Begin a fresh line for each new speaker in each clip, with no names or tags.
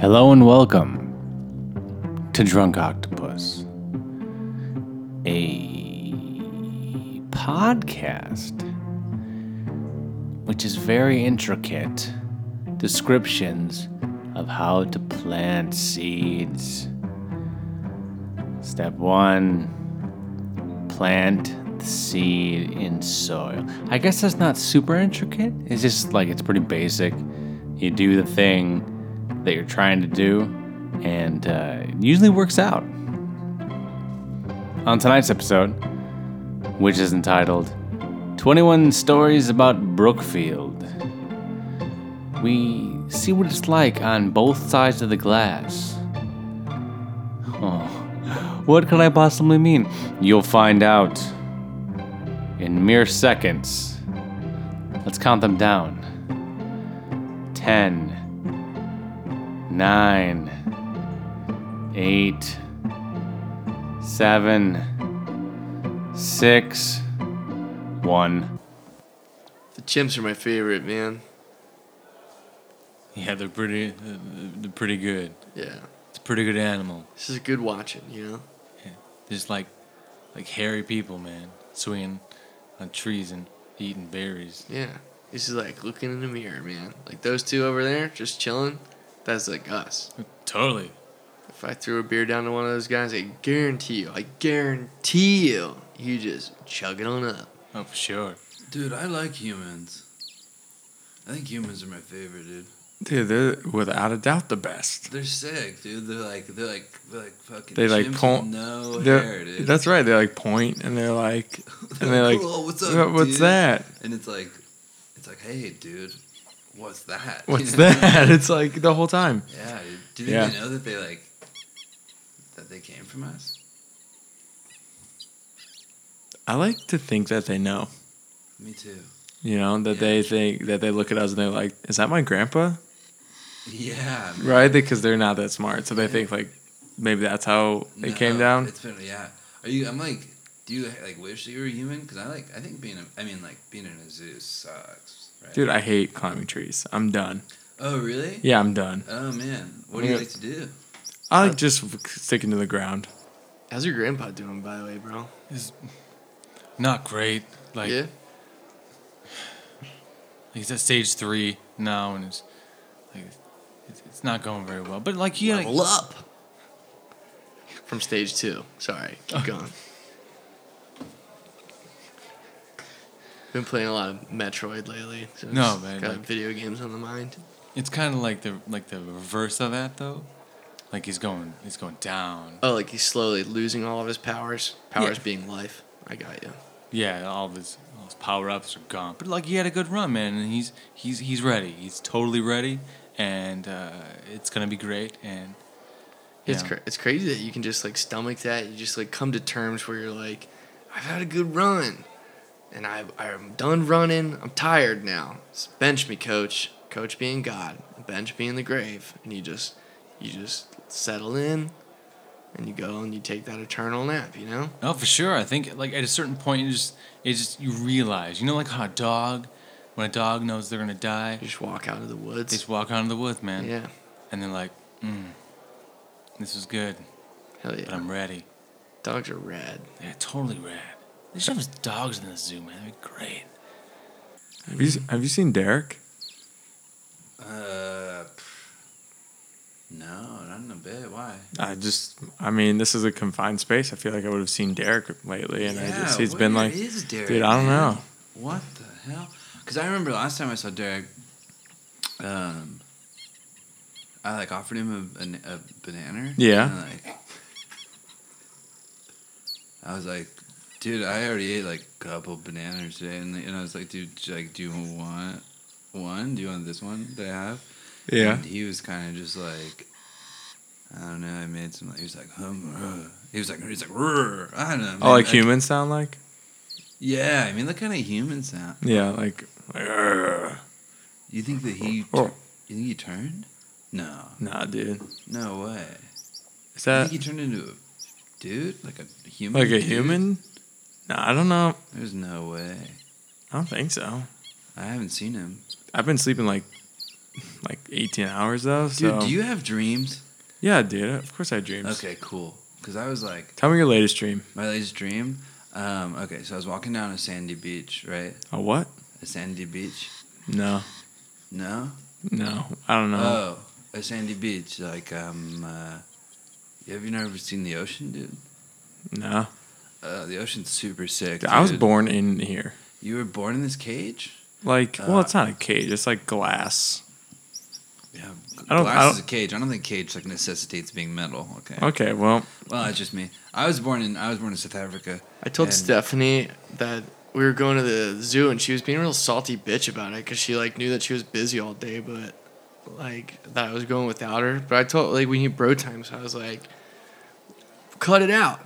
Hello and welcome to Drunk Octopus, a podcast which is very intricate descriptions of how to plant seeds. Step one plant the seed in soil. I guess that's not super intricate, it's just like it's pretty basic. You do the thing that you're trying to do, and uh, it usually works out. On tonight's episode, which is entitled 21 Stories About Brookfield, we see what it's like on both sides of the glass. Oh, what could I possibly mean? You'll find out in mere seconds. Let's count them down 10, nine, eight, seven, six, one.
The chimps are my favorite, man.
Yeah, they're pretty. uh, They're pretty good.
Yeah.
It's a pretty good animal.
This is good watching, you know?
Just like, like hairy people, man, swinging on trees and eating berries.
Yeah. This is like looking in the mirror, man. Like those two over there, just chilling. That's like us.
Totally.
If I threw a beer down to one of those guys, I guarantee you, I guarantee you, you just chug it on up.
Oh, for sure.
Dude, I like humans. I think humans are my favorite, dude.
Dude, they're without a doubt the best.
They're sick, dude. They're like they're like they're like fucking.
They, like,
chimps
pull-
with No
They're-
hair, dude.
that's right. They like point and they're like, and they're like,
"Whoa, what's
"Wha-
up?
what's
dude?"
that?
And it's like, it's like, hey, dude, what's that?
What's that? It's like the whole time.
Yeah, dude. Do you
Yeah.
even know that they like that they came from us?
I like to think that they know,
Me too.
you know, that they think that they look at us and they're like, is that my grandpa?
Yeah. man.
Right? Because they're not that smart. So they think like maybe that's how it came
No,
down.
It's been yeah. Are you? I'm like, do you like wish that you were human? Because I like I think being a, I mean like being in a zoo sucks. Right?
Dude, I hate climbing trees. I'm done.
Oh really?
Yeah, I'm done.
Oh man, what do you
Yeah.
like to do?
I like just sticking to the ground.
How's your grandpa doing, by the way, bro?
Not great. Like
yeah.
he's at stage three now, and it's like it's, it's not going very well. But like he, like,
Level up. From stage two. Sorry.
Oh.
Keep going. Been playing a lot of Metroid lately. So
No,
just
man,
Got
like-
video games on the mind.
it's kind of like the like the reverse of that though. Like he's going, he's going down.
Oh, like he's slowly losing all of his powers. Powers
Yeah.
being life. I got you.
Yeah, all of his, all his power ups are gone. But like he had a good run, man, and he's he's he's ready. He's totally ready, and uh, it's gonna be great. And
It's
Yeah.
cra- it's crazy that you can just like stomach that. You just like come to terms where you're like, I've had a good run, and I I'm done running. I'm tired now. S- Bench me, coach. Coach being God, bench being the grave, and you just you just settle in, and you go and you take that eternal nap. You know?
no, for sure, I think like at a certain point, you just it just you realize, you know, like how a dog, when a dog knows they're gonna die,
You just walk out of the
they
woods.
just walk out into the woods, man,
Yeah.
and they're like, mm, "This is good,
Hell
but
yeah.
I'm ready."
Dogs are rad.
Yeah, totally rad. They should have dogs in the zoo, man. That'd be great.
Have you, have you seen Derek?
Uh, pff, no, not in a bit. Why?
I just, I mean, this is a confined space. I feel like I would have seen Derek lately, and I just, he's
where
been like,
is Derek,
dude, I don't
man?
know.
What the hell? Because I remember last time I saw Derek, um, I like offered him a, ban- a banana.
Yeah.
and, like, I was like, dude, I already ate like a couple bananas today, and, and I was like, dude, j- like, do you want one? Do you want this one that I have?
Yeah.
And he was kind of just like, I don't know. I made some. He was like, hum, uh. he was like, he was like, "Rrr." I don't know. man.
Oh, like humans sound like?
Yeah, I mean, that kind of human sound.
Yeah, like, like, "Arr."
You think that he?
Oh.
You think he turned? No,
nah, dude.
no way.
Is
I
that
think he turned into a dude, like a human.
like a
dude?
human? Nah, I don't know.
There's no way.
I don't think so.
I haven't seen him.
I've been sleeping like like 18 hours though. So
Dude, do you have dreams?
yeah, dude. Of course I have dreams.
Okay, cool. Because I was like,
Tell me your latest dream.
my latest dream. Um, okay, so I was walking down a sandy beach, right?
A what?
A sandy beach.
No,
No.
no. I don't know.
Oh, a sandy beach. Like, um, uh, have you never seen the ocean, dude?
no.
Uh, the ocean's super sick.
Dude, I was
dude.
born in here.
You were born in this cage.
Like, well,
Uh,
it's not a cage. It's like glass.
Yeah,
I don't-
glass
I
is a cage. I don't think cage like necessitates being metal. Okay.
Okay, well,
Well, that's just me. I was born in I was born in South Africa.
I told
And-
Stephanie that we were going to the zoo, and she was being a real salty bitch about it because she like knew that she was busy all day, but like that I was going without her. But I told like we need bro time, so I was like, cut it out.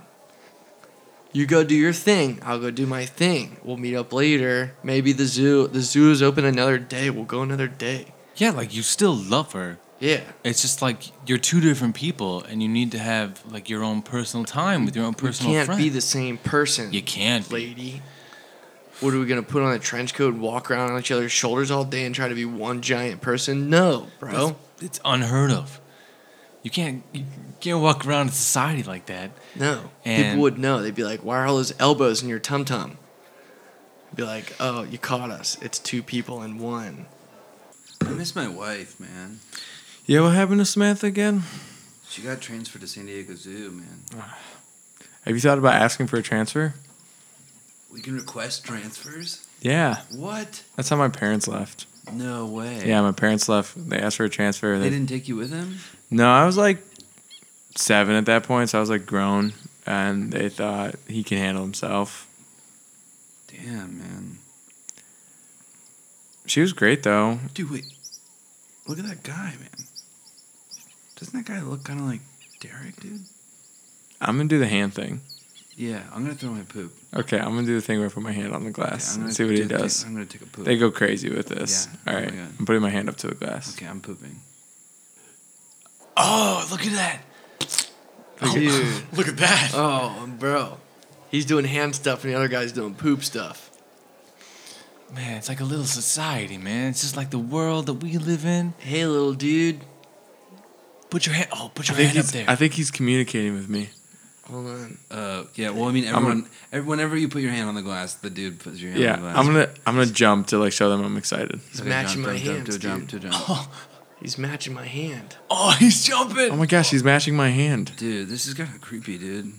You go do your thing. I'll go do my thing. We'll meet up later. Maybe the zoo. The zoo is open another day. We'll go another day.
Yeah, like you still love her.
Yeah.
It's just like you're two different people, and you need to have like your own personal time with your own personal
you can't
friend.
be the same person.
you can't. be.
lady. What are we gonna put on a trench coat and walk around on each other's shoulders all day and try to be one giant person? No, bro.
It's, it's unheard of. You can't. You can't walk around in society like that.
No.
And-
People would know. They'd be like, "Why are all those elbows in your tum tum?" Be like, "Oh, you caught us. It's two people in one."
I miss my wife, man.
yeah, what happened to Samantha again?
She got transferred to San Diego Zoo, man.
Have you thought about asking for a transfer?
We can request transfers.
Yeah,
What?
that's how my parents left.
No way.
Yeah, my parents left. They asked for a transfer.
They
They,
didn't take you with them.
no, I was like seven at that point, so I was like grown, and they thought he can handle himself.
Damn, man.
She was great though.
Dude, wait. Look at that guy, man. Doesn't that guy look kind of like Derek, dude?
I'm gonna do the hand thing.
Yeah, I'm gonna throw my poop.
Okay, I'm gonna do the thing where I put my hand on the glass
I'm
and
gonna
see what
do
he
the thing-
does.
I'm gonna take a poop.
They go crazy with this.
Yeah,
All
oh my
right,
God.
I'm putting my hand up to the glass.
Okay, I'm pooping.
Oh, look at that!
Dude,
Look at that!
oh, bro, he's doing hand stuff and the other guy's doing poop stuff.
Man, it's like a little society, man. It's just like the world that we live in.
Hey, little dude,
Put your hand. Oh, put
I
your
think
hand up
he's.
there.
I think he's communicating with me.
hold on.
Uh, yeah. Well, I mean,
gonna-
everyone, every- whenever you put your hand on the glass, the dude puts your hand.
Yeah,
on the glass.
I'm gonna. I'm gonna jump to like show them I'm excited.
He's matching my
jump,
hands,
Do a jump,
dude.
do a jump.
He's matching my hand.
oh, he's jumping.
Oh my gosh, he's matching my hand.
Dude, this is kind of creepy, dude.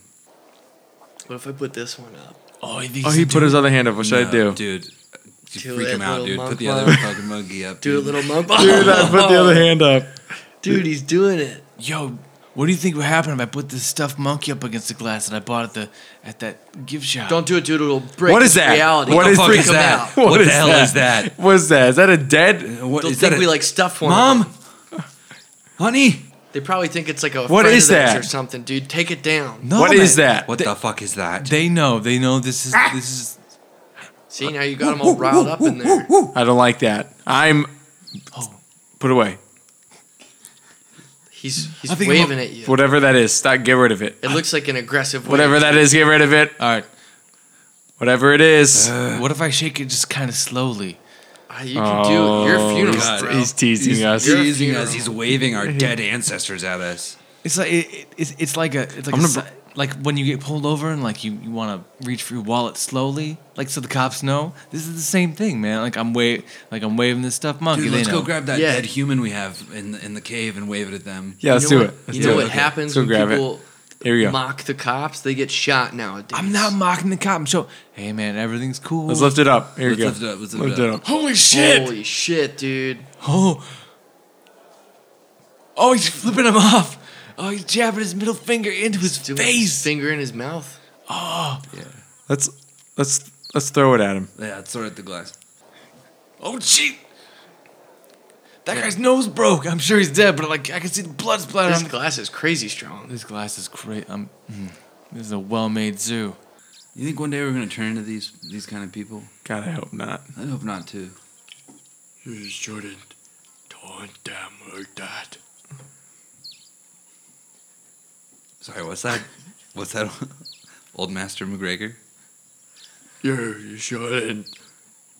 What if I put this one up?
Oh, he, thinks
Oh,
he's
he put
doing-
his other hand up. What should I do?
No, Dude, you
Do
freak
that
him out,
little
dude. Put the
monk
other
one.
fucking monkey up.
Do a
dude.
little mump.
Dude, I put the other hand up.
Dude, he's doing it.
Yo, what do you think would happen if I put this stuffed monkey up against the glass that I bought at the at that gift shop?
Don't do it, dude. It'll break
What is
his
that?
reality.
What
Don't
is
freak
freak
him
that?
out.
What the hell is that?
What is that? Is that a dead?
What
They'll
is
think
that? a-
we like stuffed one. of them.
Mom, honey,
They probably think it's like a
What
friend
is
of theirs
that?
or something, dude. Take it down.
No,
what
man.
is that?
what the fuck is that? Ah!
They know. They know this is this is.
See now you got them all riled up in there.
I don't like that. I'm.
Oh.
Put away.
He's
I
he's
think
waving
I'm-
at you.
Whatever that is, stop. Get rid of it.
It looks like an aggressive wave.
Whatever that is, get rid of it.
All right.
Whatever it is.
What if I shake it just kind of slowly?
Ah, you can do it. You're a
Oh,
funeral,
he's-
bro.
He's teasing
He's
us.
you're-
teasing
funeral.
us. He's waving our dead ancestors at us.
It's like it, it, it's, it's like a it's like
I'm gonna
a si- like when you get pulled over and like you, you want to reach for your wallet slowly, like so the cops know. This is the same thing, man. Like I'm wa- like I'm waving this stuff monkey.
Dude,
they
let's
know.
go grab that
Yeah.
dead human we have in the, in the cave and wave it at them.
Yeah,
you
let's
know
do
what,
it. Let's
you
do
know
it.
what
Okay.
happens
Let's
when
go grab it.
people
Here we go.
mock the cops? They get shot nowadays.
I'm not mocking the cop. I'm show. Hey, man, everything's cool.
Let's lift it up. Here we
Let's
go.
lift it up, let's lift it up.
Holy
Holy shit, dude.
Oh. Oh, he's flipping him off. Oh, he's jabbing his middle finger into his
Doing
face.
Finger in his mouth.
Oh.
Let's let's let's throw it at him.
Yeah, let's throw it at the glass.
Oh, shit. That guy's nose broke. I'm sure he's dead, but like I can see the blood
Um,
splatter
This
on the
glass is crazy strong.
This glass is great. I'm. mm, This is a well-made zoo.
You think one day we're gonna turn into these these kind of people?
God, I hope not.
I hope not too.
You shouldn't taunt them like that.
Sorry, what's that? What's that? Old Master McGregor.
You shouldn't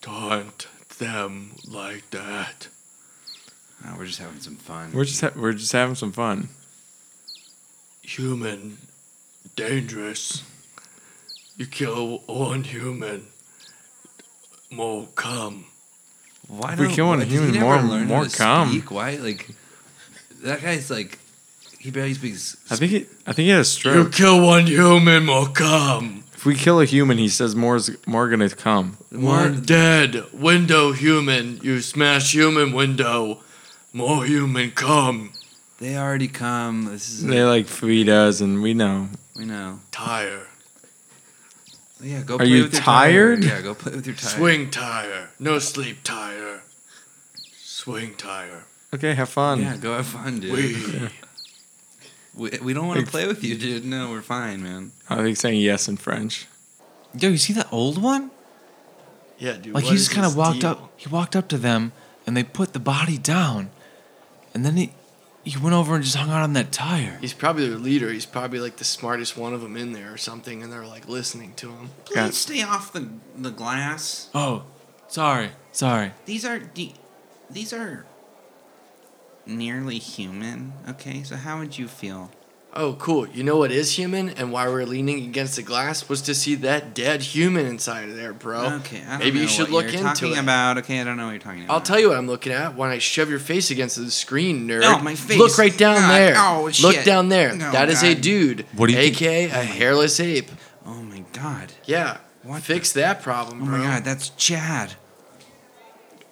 taunt them like that.
Oh, we're just having some fun.
We're just ha- we're just having some fun.
Human, dangerous. You kill one human, more come.
Why
If we
don't-
kill one
why- did
human,
he never
more-
learn how
more
to
come.
Speak? Why? Like that guy's like he barely speaks.
I think he, I think he had a
You
stroke.
kill one human, more come.
If we kill a human, he says more is more gonna come.
More-
One dead, window human. You smash human window, more human come.
They already come. This is
They like feed us, and we know.
we know.
Tire,
Yeah, go.
Are
play
you
with your
tired?
Tire. Yeah, go play with your tire.
swing tire, no sleep tire, swing tire.
Okay, have fun.
Yeah, go have fun, dude.
We
We, we don't want to
Like-
play with you, dude. No, we're fine, man.
I think saying yes in French.
Yo, you see that old one?
yeah, dude.
Like
what
he just
is
kind of
his
walked
deal?
up. He walked up to them, and they put the body down, and then he he went over and just hung out on that tire.
He's probably their leader. He's probably like the smartest one of them in there or something, and they're like listening to him.
Please
Got it.
stay off the the glass.
Oh, sorry, sorry.
These are de- these are nearly human. Okay, so how would you feel?
Oh, cool. You know what is human and why we're leaning against the glass was to see that dead human inside of there, bro.
okay, I don't
Maybe
know
you should
what
look
you're
into
talking
it.
about. Okay, I don't know what you're talking about.
I'll tell you what I'm looking at. Why don't I shove your face against the screen, nerd?
Oh, my face.
Look right down
God.
there.
Oh,
Look
shit.
down there.
Oh,
that is a
God.
dude.
What do you think-
AKA a hairless ape.
Oh my god.
Yeah.
What
Fix that problem,
Oh
bro.
my god, that's Chad.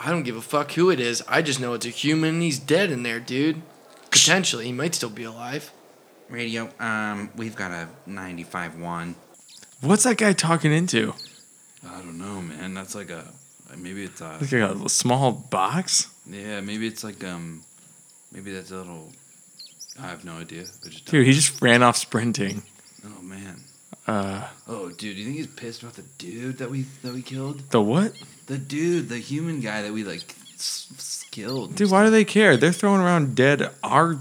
I don't give a fuck who it is. I just know it's a human and he's dead in there, dude. Potentially, he might still be alive.
Radio, um, we've got a 95 one.
What's that guy talking into?
I don't know, man. That's like a maybe it's a
Like a small box?
yeah, maybe it's like um maybe that's a little. I have no idea. I just
Dude, he just ran off sprinting.
don't- oh man.
Uh,
Oh dude, do you think he's pissed about the dude that we that we killed?
the what?
The dude, the human guy that we like s- s- killed.
Dude, why do they care? They're throwing around dead our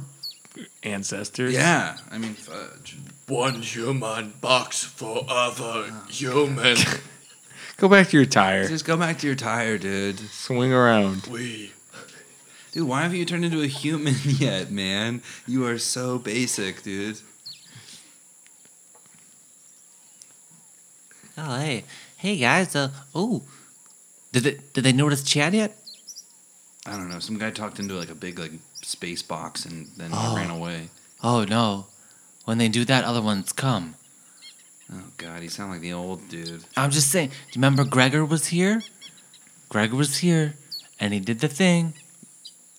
ancestors.
Yeah, I mean, fudge.
One human box for other human.
Go back to your tire.
Just go back to your tire, dude.
Swing around.
we.
Dude, why haven't you turned into a human yet, man? You are so basic, dude.
Oh hey, hey guys. Uh, oh, did they did they notice Chad yet?
I don't know. Some guy talked into like a big like space box and then
Oh.
ran away.
Oh no, when they do that, other ones come.
Oh god, he sound like the old dude.
I'm just saying. Do you remember Gregor was here? Gregor was here, and he did the thing,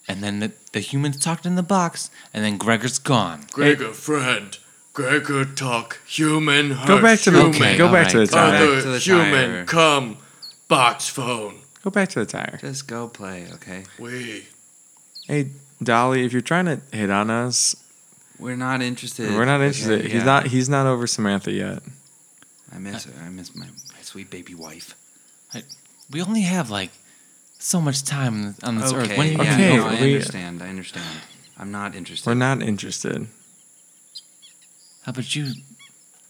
and then the, the humans talked in the box, and then Gregor's gone.
Gregor friend. Gregor talk. Human hurt.
Go back to the
human.
Okay,
go back
alright.
to the
Go
tire.
back.
Other
to the
human
tire.
come. Box phone.
Go back to the tire.
Just go play, okay?
We.
Hey, Dolly, if you're trying to hit on us,
We're not interested.
we're not
okay?
interested.
Yeah.
He's not he's not over Samantha yet.
I miss her. I miss my, my sweet baby wife.
We only have like so much time on this earth. When are you
yeah,
gonna
Okay,
no, I
we-
understand. I understand. I'm not interested.
We're not interested.
How about you,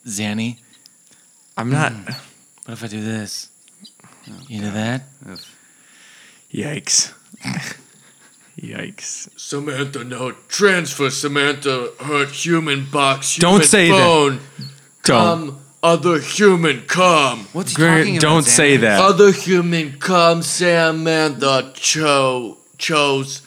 Zanny?
I'm not
What if I do this?
Oh,
you do that?
Ugh.
Yikes. Yikes.
Samantha no transfer. Samantha hurt. Human box. Human
Don't say that.
phone.
Don't
Come. Other human come.
What's he
Grant,
talking about,
don't
Xander?
say that.
Other human come. Samantha cho chose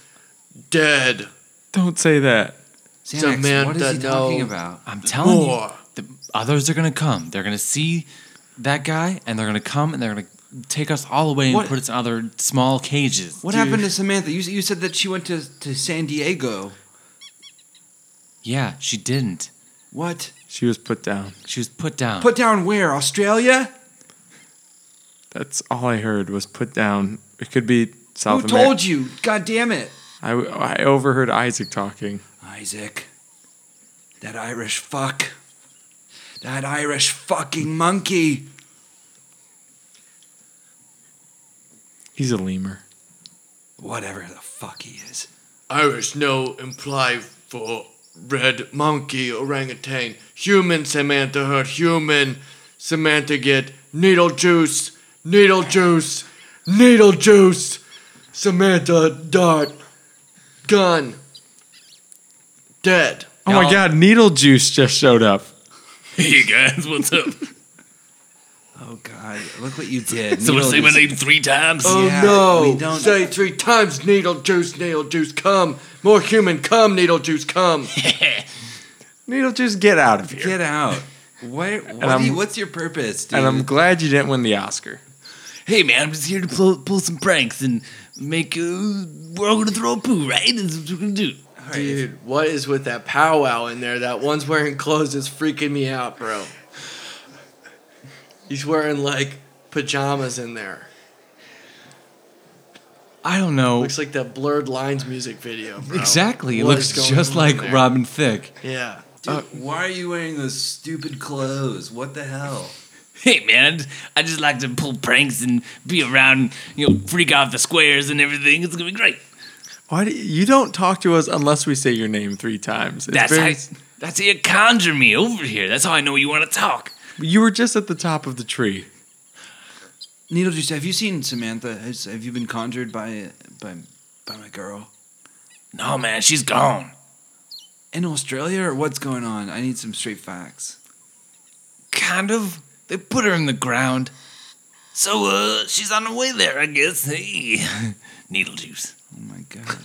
dead.
don't say that.
Xanax, what is he
Samantha,
talking
no.
about?
Oh,
I'm telling you,
More.
the others are gonna come. They're gonna see that guy, and they're gonna come, and they're gonna take us all away and
What-
put us in other small cages.
What happened to Samantha? You, s- you said that she went to, to San Diego.
Yeah, she didn't. Oh.
What?
She was put down.
She was put down.
Put down where? Australia?
That's all I heard was put down. It could be South
Who
America.
told you? God damn it.
I, I overheard Isaac talking.
Isaac. That Irish fuck. That Irish fucking monkey.
He's a lemur.
Whatever the fuck he is.
Irish no imply for red monkey orangutan. Human Samantha hurt human. Samantha get needle juice, needle juice, needle juice. Samantha dart Done. Dead.
Oh my god, needle juice just showed up.
Hey guys, what's up?
Oh God! Look what you did.
Someone
Needle
say my
just-
name three times.
Oh
Yeah, we
no!
don't-
Say three times, needle juice, needle juice, come. More human, come, needle juice, come.
Needle juice, get out of here.
Get out. What? what do
I'm-
you, what's your purpose, dude?
and I'm glad you didn't win the Oscar.
Hey man, I'm just here to pull, pull some pranks and make. Uh, we're all gonna throw a poo, right? That's what we're gonna do.
Dude, what is with that powwow in there? That one's wearing clothes is freaking me out, bro. He's wearing like pajamas in there.
I don't know.
Looks like that blurred lines music video. Bro.
Exactly. It
What
looks
is going
just
on
like
there?
Robin Thicke. Uh,
Yeah.
Dude, why are you wearing those stupid clothes? What the hell?
Hey man, I just, I just like to pull pranks and be around, and, you know, freak off the squares and everything. It's gonna be great.
Why do you, you don't talk to us unless we say your name three times? It's
That's
very-
how, that's how you conjure me over here. That's how I know you want to talk.
you were just at the top of the tree.
Needlejuice, have you seen Samantha? Has, have you been conjured by by by my girl
No man, she's gone.
in Australia, or what's going on? I need some straight facts.
Kind of. They put her in the ground. So uh, she's on her way there, I guess. Hey, needle juice.
Oh my god!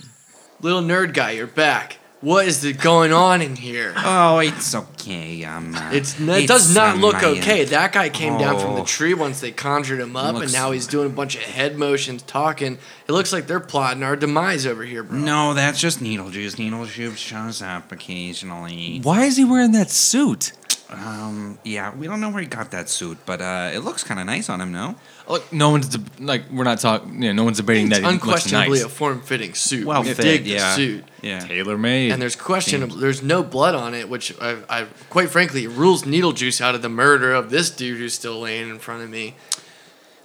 Little nerd guy, you're back. What is the going on in here?
Oh, it's okay. Um, uh,
It's n- it does not
um,
look
I, uh,
okay. That guy came down from the
Oh.
tree once they conjured him up, and
Looks-
now he's doing a bunch of head motions, talking. It looks like they're plotting our demise over here, bro.
No, that's just Needlejuice. Needlejuice shows up occasionally.
Why is he wearing that suit?
Um, yeah, we don't know where he got that suit, but uh, it looks kind of nice on him, no?
Look, no one's deb- like we're not talking. Yeah, no one's debating
it's
that. It looks
unquestionably
nice.
a form-fitting suit.
Well
we
fit,
dig the
yeah.
suit,
Yeah.
Tailor made.
and there's questionable. There's no blood on it, which I, I quite frankly it rules Needlejuice out of the murder of this dude who's still laying in front of me.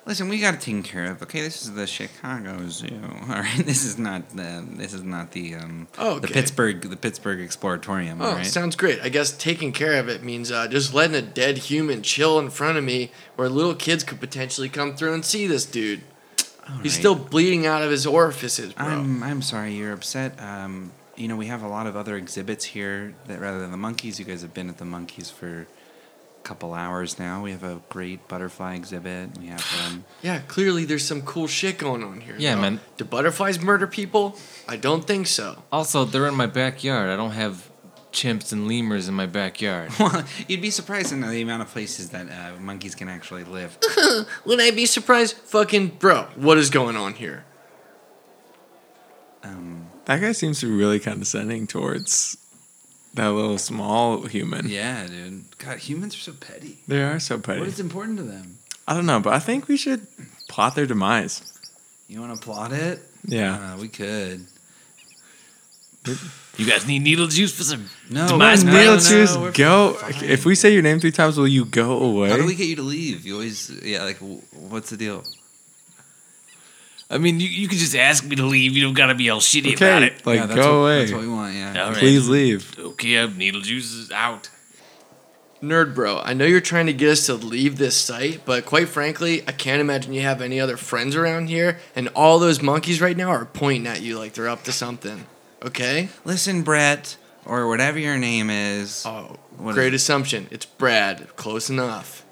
Listen, we got it taken care of. Okay, this is the Chicago Zoo. All right, this is not the this is not the um
Okay.
the Pittsburgh the Pittsburgh Exploratorium.
Oh,
all right.
sounds great. I guess taking care of it means uh, just letting a dead human chill in front of me, where little kids could potentially come through and see this dude.
All
He's
right.
still bleeding out of his orifices, bro.
I'm I'm sorry you're upset. Um, you know we have a lot of other exhibits here that rather than the monkeys, you guys have been at the monkeys for a couple hours now. We have a great butterfly exhibit. We have um,
yeah, clearly there's some cool shit going on here.
Yeah,
though.
man.
Do butterflies murder people? I don't think so.
also, they're in my backyard. I don't have chimps and lemurs in my backyard.
well, you'd be surprised to know the amount of places that uh, monkeys can actually live.
Would I be surprised? Fucking bro, what is going on here?
Um,
That guy seems to be really condescending towards that little small human.
Yeah, dude. God, humans are so petty.
They are so
What
petty.
is important to them?
I don't know, but I think we should plot their demise.
You want to plot it?
Yeah.
Uh, we could.
You guys need needle juice for some
No,
Demise
no, no,
Needle
no,
juice,
we're-
go. If we say your name three times, will you go
How do
away?
we get you to leave? You always, yeah. Like, w- what's the deal?
I mean, you, you could just ask me to leave. You don't gotta be all shitty about
Okay,
it.
like
Yeah, that's
go
what-
away.
That's what we want. Yeah.
All right.
Please leave.
Okay, I'm Needlejuice is out.
Nerd bro, I know you're trying to get us to leave this site, but quite frankly, I can't imagine you have any other friends around here, and all those monkeys right now are pointing at you like they're up to something. Okay?
listen, Brett, or whatever your name is.
Oh,
What
great
is-
assumption. It's Brad. Close enough.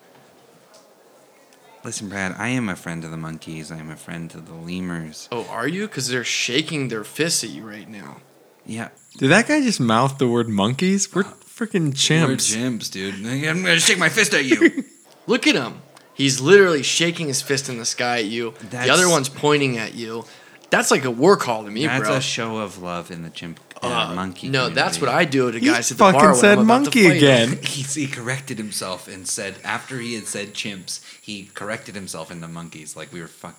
Listen, Brad, I am a friend of the monkeys. I am a friend of the lemurs.
Oh, are you? Because they're shaking their fists at you right now.
Yeah,
Did that guy just mouth the word monkeys? We're freaking
We're
chimps.
chimps, dude.
I'm gonna shake my fist at you.
Look at him. He's literally shaking his fist in the sky at you. the other
That's-
one's pointing at you. That's like a war call to me,
That's
bro.
a show of love in the chimp uh,
Uh,
monkey.
No, that's what
community.
I do to
You
guys at the bar.
fucking
when
said
I'm about to
monkey
fight 'em.
again.
he, he corrected himself and said after he had said chimps, he corrected himself in the monkeys. Like we were fuck.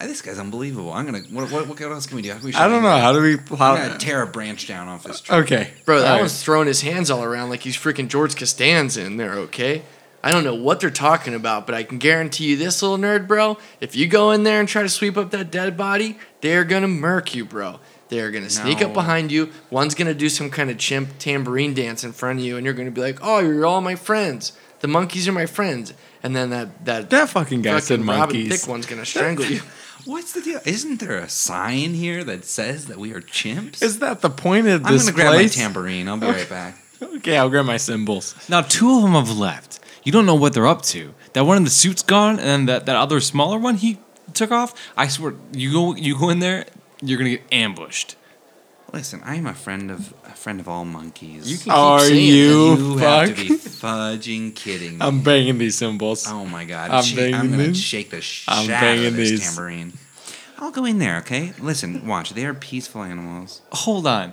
Uh, This guy's unbelievable. I'm gonna. What, what, what else can we do? How can we
I don't know. How do we
I'm gonna
plot?
tear a branch down off his tree.
Okay,
Bro, that
All right.
one's throwing his hands all around like he's freaking George Costanza in there, okay? I don't know what they're talking about, but I can guarantee you this little nerd, bro, if you go in there and try to sweep up that dead body, they're gonna murk you, bro. They're gonna sneak up
No.
behind you. One's gonna do some kind of chimp tambourine dance in front of you, and you're gonna be like, oh, you're all my friends. The monkeys are my friends. And then that, that,
That fucking guy said
fucking Robin
monkeys.
Thicke one's gonna strangle you.
What's the deal? Isn't there a sign here that says that we are chimps?
Is that the point of
I'm
this
gonna grab my
place?
tambourine. I'll be right back.
Okay, I'll grab my cymbals.
Now two of them have left. You don't know what they're up to. That one in the suit's gone, and that, that other smaller one he took off. I swear, you go you go in there, you're gonna get ambushed.
Listen, I am a friend of a friend of all monkeys.
You can keep
Are
saying
you,
You have to
fuck?
be fudging kidding me.
I'm banging these cymbals.
oh my god!
I'm
I'm, she,
banging
I'm gonna
these.
shake the shit
I'm
out
banging
of this
these.
tambourine. I'll go in there, okay? Listen, watch. They are peaceful animals.
Hold on,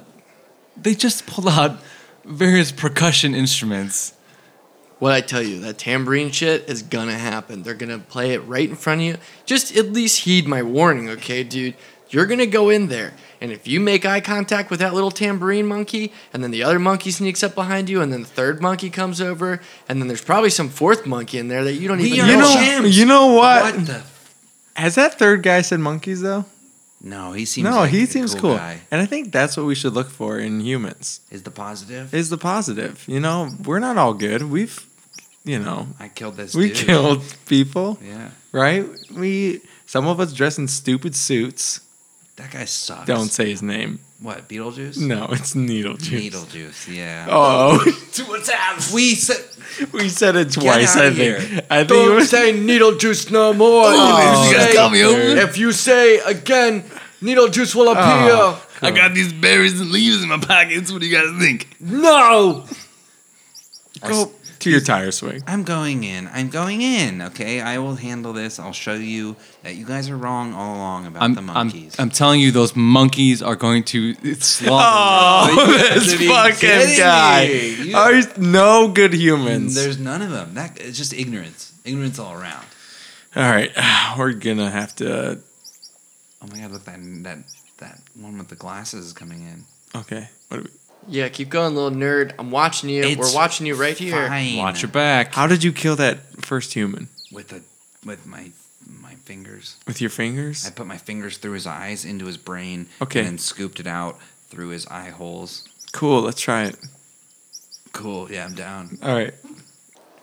they just pulled out various percussion instruments.
What I tell you, that tambourine shit is gonna happen. They're gonna play it right in front of you. Just at least heed my warning, okay, dude? You're gonna go in there, and if you make eye contact with that little tambourine monkey, and then the other monkey sneaks up behind you, and then the third monkey comes over, and then there's probably some fourth monkey in there that you don't
We
even
are
you know,
Chimps.
you know what?
What the?
Has that third guy said monkeys though?
No, he seems.
no,
like
he
a
seems
cool,
cool,
Guy.
and I think that's what we should look for in humans
Is the positive?
is the positive. You know, we're not all good. We've, you know,
I killed this.
we
dude.
killed people,
Yeah,
right? We some of us dress in stupid suits.
that guy sucks.
Don't say his name.
What? Beetlejuice?
No, it's Needlejuice.
Beetlejuice. Yeah.
Oh,
We said.
we said it twice.
outta
I think.
here.
I think it
Don't
was
say needle juice no more.
you
if, you
guys
say,
got me over?
if you say again, needle juice will appear.
Oh.
I got these berries and leaves in my pockets. What do you guys think?
No!
go to your tire swing.
I'm going in. I'm going in. Okay, I will handle this. I'll show you that you guys are wrong all along about
I'm,
the monkeys.
I'm I'm telling you, those monkeys are going to slaughter.
Oh, this fucking guy.
You-
Are you- no good humans.
There's none of them. That it's just ignorance. Ignorance all around.
All right, we're gonna have to. uh,
Oh my god! Look that that that one with the glasses is coming in.
Okay, what do we,
Yeah, keep going, little nerd. I'm watching you.
It's
We're watching you right here.
Fine.
Watch your back.
how did you kill that first human
with a with my my fingers.
with your fingers?
I put my fingers through his eyes into his brain.
Okay.
And then scooped it out through his eye holes.
Cool, let's try it.
Cool. Yeah, I'm down.
All right,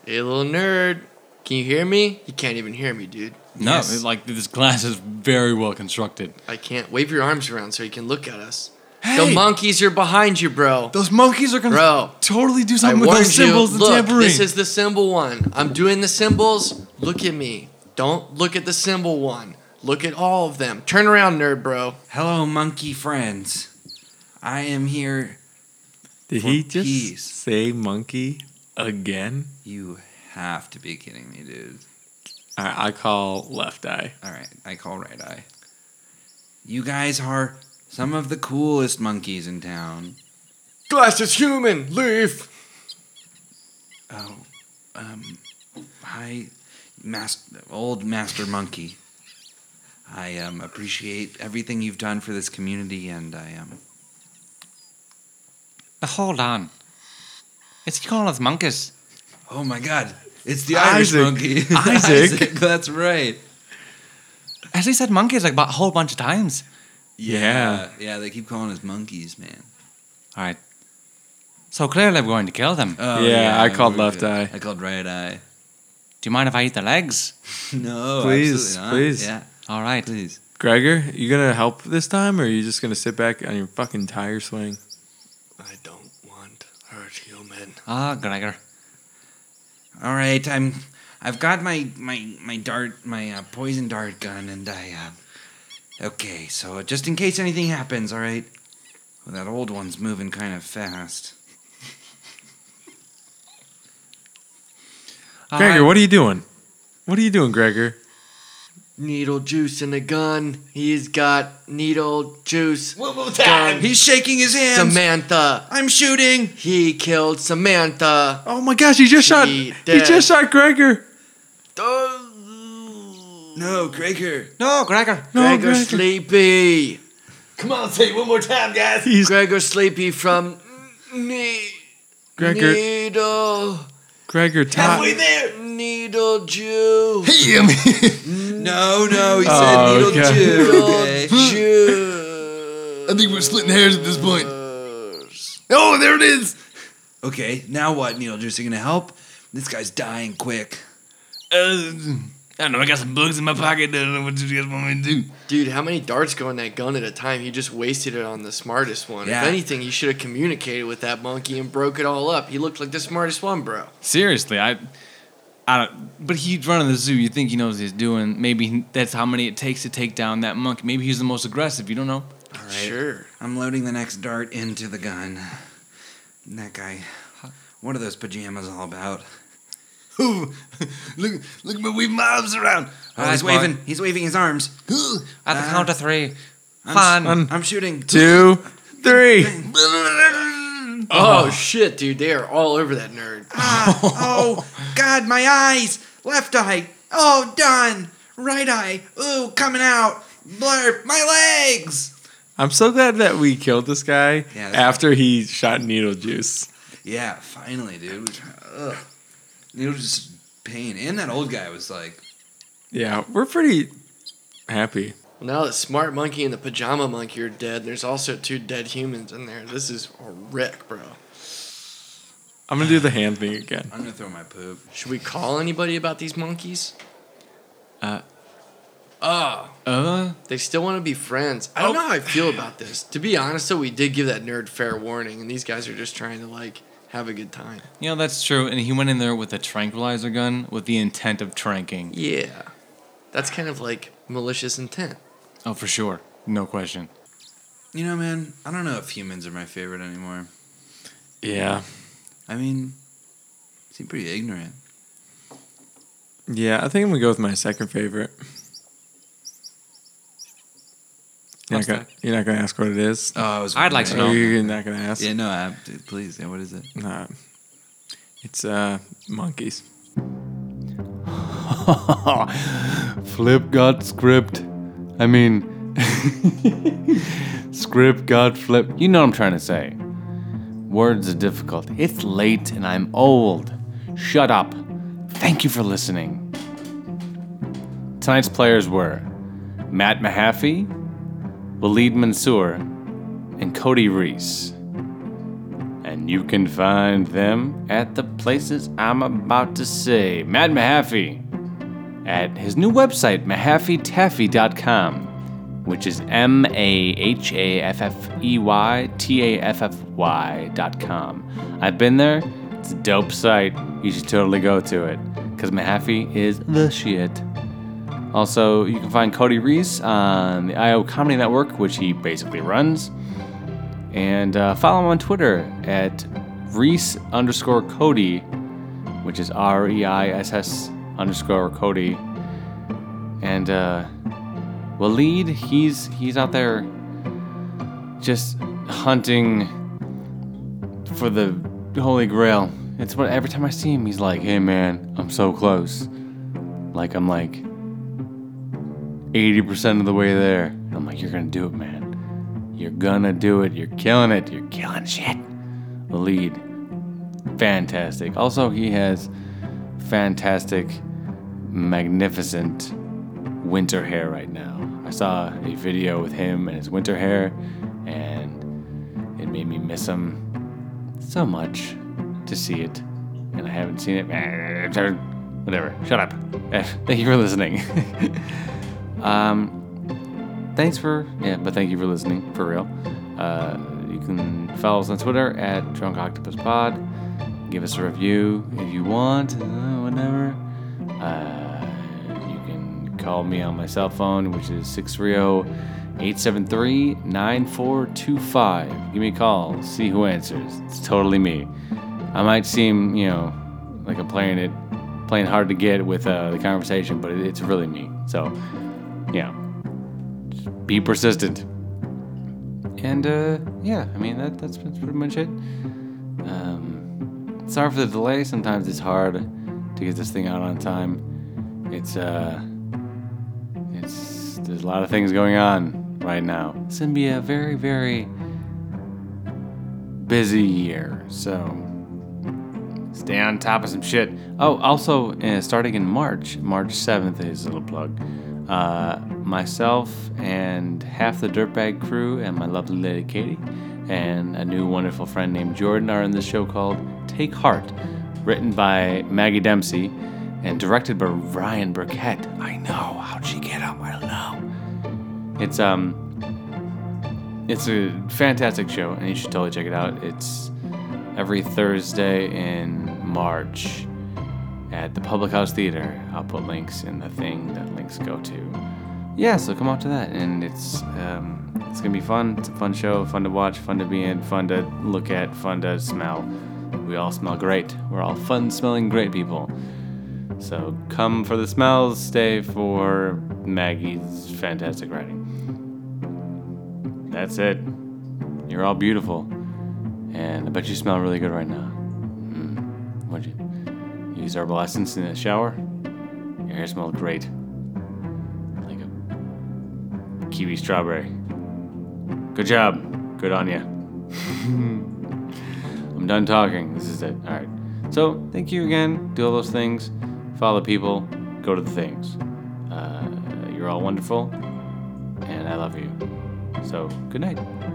Hey, little nerd. Can you hear me? You can't even hear me, dude.
No,
Yes.
it- like this glass is very well constructed.
I can't. Wave your arms around so you can look at us. the monkeys are behind you, bro.
Those monkeys are gonna
Bro.
totally do
I
something with
warned
those symbols
you.
and
Look,
tambourine.
this is the symbol one. I'm doing the symbols. Look at me. Don't look at the symbol one. Look at all of them. Turn around, nerd, bro.
Hello, monkey friends. I am here.
did
For
he just
peace.
say monkey again?
You have to be kidding me, dude.
All right, I call left eye.
All right, I call right eye. You guys are some of the coolest monkeys in town.
Glass is human. Leave.
Oh, um, hi, master, old master monkey. I um, appreciate everything you've done for this community, and I um,
Now, hold on. Is he calling us monkeys?
oh my god, it's the Irish
Isaac.
monkey,
Isaac.
That's right.
Has he said monkeys like a whole bunch of times?
Yeah.
Uh, yeah, they keep calling us monkeys, man.
So clearly we're going to kill them.
Uh,
Oh,
Yeah, I called
we're
left
good.
eye.
I called right eye.
Do you mind if I eat the legs?
No,
Please,
absolutely not.
please.
yeah,
All right.
please.
Gregor, you gonna help this time, or are you just gonna sit back on your fucking tire swing?
I don't want hurt human.
Ah, Gregor.
All right, I'm. I've got my my my dart my uh, poison dart gun, and I. Uh, okay, so just in case anything happens, all right. Well, that old one's moving kind of fast.
Gregor, what are you doing? What are you doing, Gregor?
Needle juice and a gun. He's got needle juice.
Damn, he's shaking his hands.
Samantha.
I'm shooting.
He killed Samantha.
Oh my gosh, he just shot.
He
He
dead.
just shot Gregor.
No, Gregor.
No, Gregor.
No,
Gregor
Gregor.
Sleepy.
Come on, say it one more time, guys.
He's
Gregor Sleepy from ne-
Gregor.
Needle
Gregor. Top.
Halfway there.
Needle Juice.
Damn.
No, no, he
Oh, okay.
said needle two. Okay.
I think we're splitting hairs at this point.
Juice.
Oh, there it is.
Okay, now what, Needle Juice? You gonna help? This guy's dying quick.
Uh,
I don't know. I got some bugs in my pocket. I don't know what you guys want me to do.
Dude, how many darts go in that gun at a time? You just wasted it on the smartest one.
Yeah.
If anything, you should have communicated with that monkey and broke it all up. He looked like the smartest one, bro.
Seriously, I, I don't. But he's running the zoo. You think he knows what he's doing? Maybe he- that's how many it takes to take down that monkey. Maybe he's the most aggressive. You don't know.
All right.
Sure.
I'm loading the next dart into the gun. And that guy. What are those pajamas all about?
Ooh, look, look at me waving my arms around.
Oh,
Alright,
he's
boy. Uh,
waving. He's waving his arms.
Ooh,
At the
Ah.
count of three.
I'm,
Fun.
I'm shooting.
Two, three.
Oh, shit, dude. They are all over that nerd.
Ah, oh, God, my eyes. Left eye. Oh, done. Right eye. Ooh, coming out. Blurp. My legs.
I'm so glad that we killed this guy
Yeah, that's-
after he shot needle juice.
Yeah, finally, dude. We- Ugh. It was just pain. And that old guy was like,
Yeah, we're pretty happy.
Well, now the smart monkey and the pajama monkey are dead. There's also two dead humans in there. This is a wreck, bro.
I'm gonna do the hand thing again.
I'm gonna throw my poop.
Should we call anybody about these monkeys?
Uh.
Oh,
Uh,
they still want to be friends. I don't know how I feel about this. To be honest, though, we did give that nerd fair warning, and these guys are just trying to like have a good time.
you know that's true. And he went in there with a tranquilizer gun with the intent of tranking.
Yeah, that's kind of like malicious intent.
Oh, for sure, no question.
You know, man, I don't know if humans are my favorite anymore.
Yeah,
I mean, seem pretty ignorant.
yeah. I think I'm gonna go with my second favorite. You're not,
What's
gonna, you're not gonna ask what it is.
Oh, I was.
I'd like to
Or
know.
You're not gonna ask.
Yeah, no, I, dude, please. Yeah, what is it?
Nah. It's uh monkeys.
Flip got script. I mean, script got flip. You know what I'm trying to say. Words are difficult. It's late and I'm old. Shut up. Thank you for listening. Tonight's players were Matt Mahaffey, Walid Mansour, and Cody Reese. And you can find them at the places I'm about to say. Matt Mahaffey at his new website, mahaffeytaffy.com, which is M A H A F F E Y T A F F Y.com. I've been there, it's a dope site. You should totally go to it because Mahaffey is the shit. Also, you can find Cody Reese on the IO Comedy Network, which he basically runs. And uh, follow him on Twitter at Reese underscore Cody which is R E I S S underscore Cody. And uh, Waleed, he's he's out there just hunting for the Holy Grail. It's what every time I see him, he's like, "Hey man, I'm so close." Like I'm like 80% of the way there. And I'm like, "You're gonna do it, man. You're gonna do it. You're killing it. You're killing shit." Waleed fantastic. Also, he has fantastic, magnificent winter hair right now. I saw a video with him and his winter hair, and it made me miss him so much to see it. And I haven't seen it. Whatever. Shut up. Eh, Thank you for listening. um, thanks for yeah, but thank you for listening for real. Uh, you can follow us on Twitter at Drunk Octopus Pod. Give us a review if you want, uh, whatever. Uh, you can call me on my cell phone, which is oh, 630-873-9425. Give me a call. See who answers. It's totally me. I might seem you know like I'm playing it, playing hard to get with uh, the conversation, but it, it's really me. So yeah be persistent. And uh, yeah, I mean that that's, that's pretty much it. Um, sorry for the delay. Sometimes it's hard to get this thing out on time. It's uh, it's there's a lot of things going on right now. It's gonna be a very very busy year. So stay on top of some shit. Oh, also, uh, starting in March, March 7th is a little plug. Uh, myself and half the Dirtbag crew and my lovely lady Katie and a new wonderful friend named Jordan are in this show called Take Heart, written by Maggie Dempsey and directed by Ryan Burkett. I know. How'd she get up? I don't know. It's um it's a fantastic show and you should totally check it out. It's every Thursday in March at the Public House Theater. I'll put links in the thing that links go to. Yeah, so come out to that and it's um, it's gonna be fun. It's a fun show, fun to watch, fun to be in, fun to look at, fun to smell. We all smell great. We're all fun smelling great people. So come for the smells, stay for Maggie's fantastic writing. That's it. You're all beautiful. And I bet you smell really good right now. Mm. What'd you use herbal essence in the shower? Your hair smells great. Like a kiwi strawberry. Good job. Good on you. I'm done talking. This is it. All right. So thank you again. Do all those things. Follow people. Go to the things. Uh, you're all wonderful, and I love you. So good night.